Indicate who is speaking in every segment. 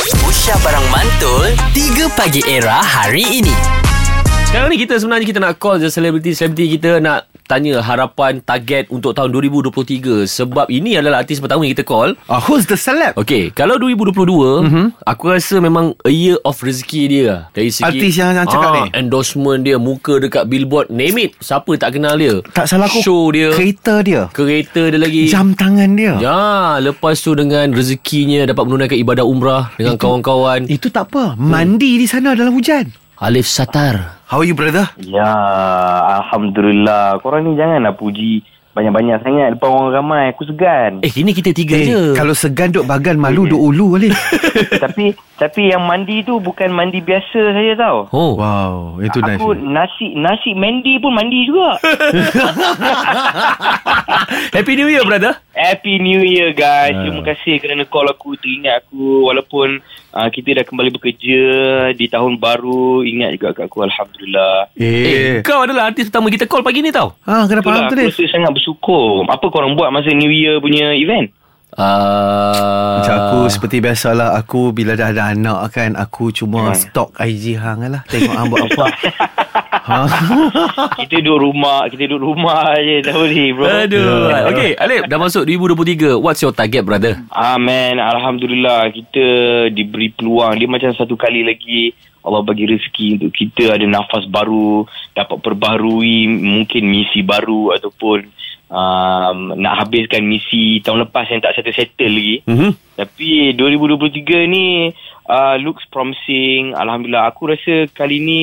Speaker 1: Aisyah Barang Mantul 3 Pagi Era hari ini
Speaker 2: Sekarang ni kita sebenarnya kita nak call je selebriti-selebriti kita nak tanya harapan target untuk tahun 2023 sebab ini adalah artis pertama yang kita call.
Speaker 3: Uh, who's the celeb?
Speaker 2: Okay, kalau 2022, mm-hmm.
Speaker 3: Mhm.
Speaker 2: aku rasa memang a year of rezeki dia. lah. Dari segi ah,
Speaker 3: Artis yang- yang cakap ni?
Speaker 2: endorsement dia, muka dekat billboard, name it, siapa tak kenal dia.
Speaker 3: Tak salah aku.
Speaker 2: Show dia,
Speaker 3: Kereta dia.
Speaker 2: kereta dia lagi.
Speaker 3: Jam tangan dia.
Speaker 2: Ya, lepas tu dengan rezekinya dapat menunaikan ibadah umrah dengan kawan-kawan.
Speaker 3: Itu tak apa. Mandi di sana dalam hujan.
Speaker 2: Alif Satar.
Speaker 3: How are you brother?
Speaker 4: Ya, Alhamdulillah. Korang ni janganlah puji banyak-banyak sangat depan orang ramai. Aku segan.
Speaker 2: Eh, ini kita tiga je.
Speaker 3: Eh, kalau segan duk bagan malu duk ulu boleh.
Speaker 4: tapi tapi yang mandi tu bukan mandi biasa saya tau.
Speaker 2: Oh.
Speaker 3: wow, itu nice.
Speaker 4: Aku nasi nasi mandi pun mandi juga.
Speaker 2: Happy New Year, brother.
Speaker 4: Happy New Year guys. Terima kasih kerana call aku teringat aku walaupun uh, kita dah kembali bekerja di tahun baru ingat juga kat aku alhamdulillah.
Speaker 2: Eh,
Speaker 3: Eh.
Speaker 2: kau adalah artis pertama kita call pagi ni tau.
Speaker 3: Ah, kena faham
Speaker 4: Itulah,
Speaker 3: tu
Speaker 4: aku
Speaker 3: dia.
Speaker 4: rasa sangat bersyukur. Apa korang buat masa New Year punya event?
Speaker 2: Uh,
Speaker 3: Macam aku seperti biasalah Aku bila dah ada anak kan Aku
Speaker 4: Hmm.
Speaker 3: cuma stok IG Hang lah Tengok Hang buat apa ha?
Speaker 4: kita duduk rumah, kita duduk rumah je tahun ni bro.
Speaker 2: Aduh. Okay, Alif, dah masuk 2023. What's your target, brother?
Speaker 4: Amin. Alhamdulillah kita diberi peluang. Dia macam satu kali lagi Allah bagi rezeki untuk kita ada nafas baru, dapat perbaharui mungkin misi baru ataupun um, nak habiskan misi tahun lepas yang tak settle-settle lagi.
Speaker 2: Mm-hmm.
Speaker 4: Tapi 2023 ni uh, looks promising. Alhamdulillah aku rasa kali ni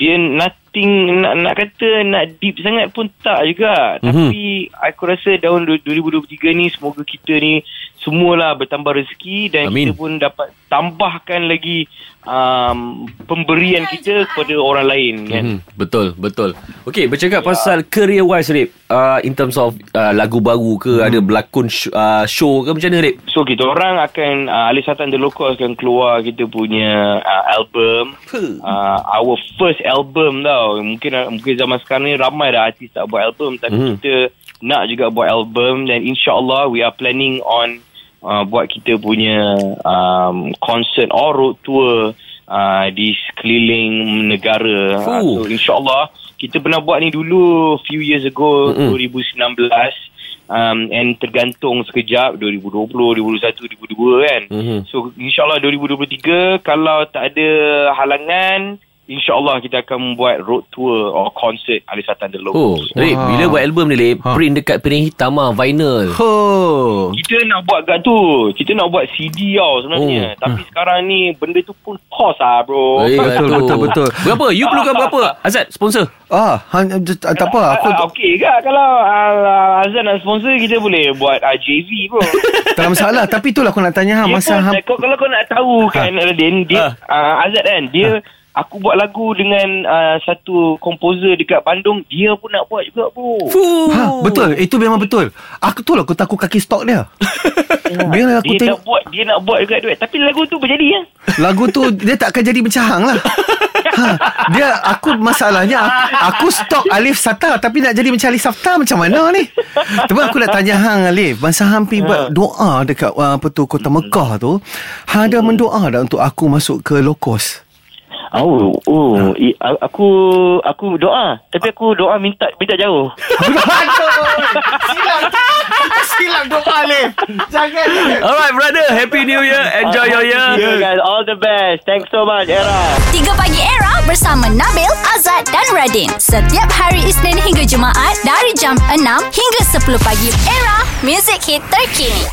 Speaker 4: dia nothing nak, nak kata nak deep sangat pun tak juga.
Speaker 2: Mhm.
Speaker 4: Mm-hmm. Tapi aku rasa tahun du- 2023 ni semoga kita ni semualah bertambah rezeki dan
Speaker 2: Amin.
Speaker 4: kita pun dapat tambahkan lagi um, pemberian kita kepada orang lain kan.
Speaker 3: Hmm.
Speaker 2: Mm-hmm. Betul, betul. Okay, bercakap
Speaker 3: Ya.
Speaker 2: pasal career wise, Alif. Uh, in terms of uh, lagu baru ke,
Speaker 3: Hmm.
Speaker 2: ada berlakon sh- uh, show ke, macam mana, Alif?
Speaker 4: So kita orang akan uh, Alif Satan The Locals akan keluar kita punya uh, album uh, our first album tau. Mungkin uh, mungkin zaman sekarang ni ramai dah artis tak buat album tapi
Speaker 2: Hmm.
Speaker 4: hmm. kita nak juga buat album dan insyaallah we are planning on uh, buat kita punya um, concert or road tour uh, di sekeliling negara. Uh,
Speaker 2: Fuh.
Speaker 4: so insyaallah kita pernah buat ni dulu few years ago
Speaker 2: Mm-mm.
Speaker 4: 2019 um, and tergantung sekejap 2020, 2021, 2022 kan.
Speaker 2: Mhm.
Speaker 4: So insyaallah 2023 kalau tak ada halangan insyaallah kita akan membuat road tour or concert Alisatan The
Speaker 2: Oh,
Speaker 4: Locals.
Speaker 2: Alif,
Speaker 3: Wah.
Speaker 2: bila buat album ni, Alif,
Speaker 3: Ha.
Speaker 2: print dekat piring hitam ah, vinyl.
Speaker 3: Oh.
Speaker 4: Kita nak buat kat tu. Kita nak buat CD tau sebenarnya.
Speaker 2: Oh.
Speaker 4: Tapi sekarang ni benda tu pun cost ah bro.
Speaker 2: Eh,
Speaker 3: Oh, Betul,
Speaker 2: aduh.
Speaker 3: betul, betul.
Speaker 2: Berapa? You perlukan berapa? Azad, sponsor.
Speaker 3: Ah, hang, tak apa aku
Speaker 4: Ah, ah, Okey ke kalau ah, Azan nak sponsor kita boleh buat ah, JV bro.
Speaker 3: tak ada masalah tapi itulah aku nak tanya hang
Speaker 4: Dia
Speaker 3: Ah, masa Ah.
Speaker 4: pun,
Speaker 3: hang
Speaker 4: kau, kalau kau nak tahu kan Aladdin dia uh, Azad kan dia
Speaker 3: Ah.
Speaker 4: aku buat lagu dengan uh, satu komposer dekat Bandung dia pun nak buat juga bro
Speaker 2: Fuh.
Speaker 3: Ha, betul. Itu memang betul. Aku tu lah aku takut kaki stok dia. Bila aku
Speaker 4: dia
Speaker 3: tengok
Speaker 4: nak buat dia nak buat juga duit tapi lagu tu berjadi ya
Speaker 3: lagu tu dia tak akan jadi macam hang lah. Ha, dia aku masalahnya aku, aku stok Alif Sata tapi nak jadi macam Alif Sata macam mana ni? Cuba aku nak tanya hang Alif, masa hang pergi buat doa dekat uh, apa tu Kota Mekah tu, hang ada mendoa dah untuk aku masuk ke lokos. Ah.
Speaker 4: oh oh aku aku doa tapi aku doa minta minta jauh
Speaker 3: Silap doa Alif. Jangan.
Speaker 2: Alright, brother. Happy New Year. Enjoy your year.
Speaker 4: guys all the best thanks so much Era
Speaker 5: 3 Pagi Era bersama Nabil, Azad dan Radin. Setiap hari Isnin hingga Jumaat dari jam 6 hingga 10 pagi. Era, music hit terkini.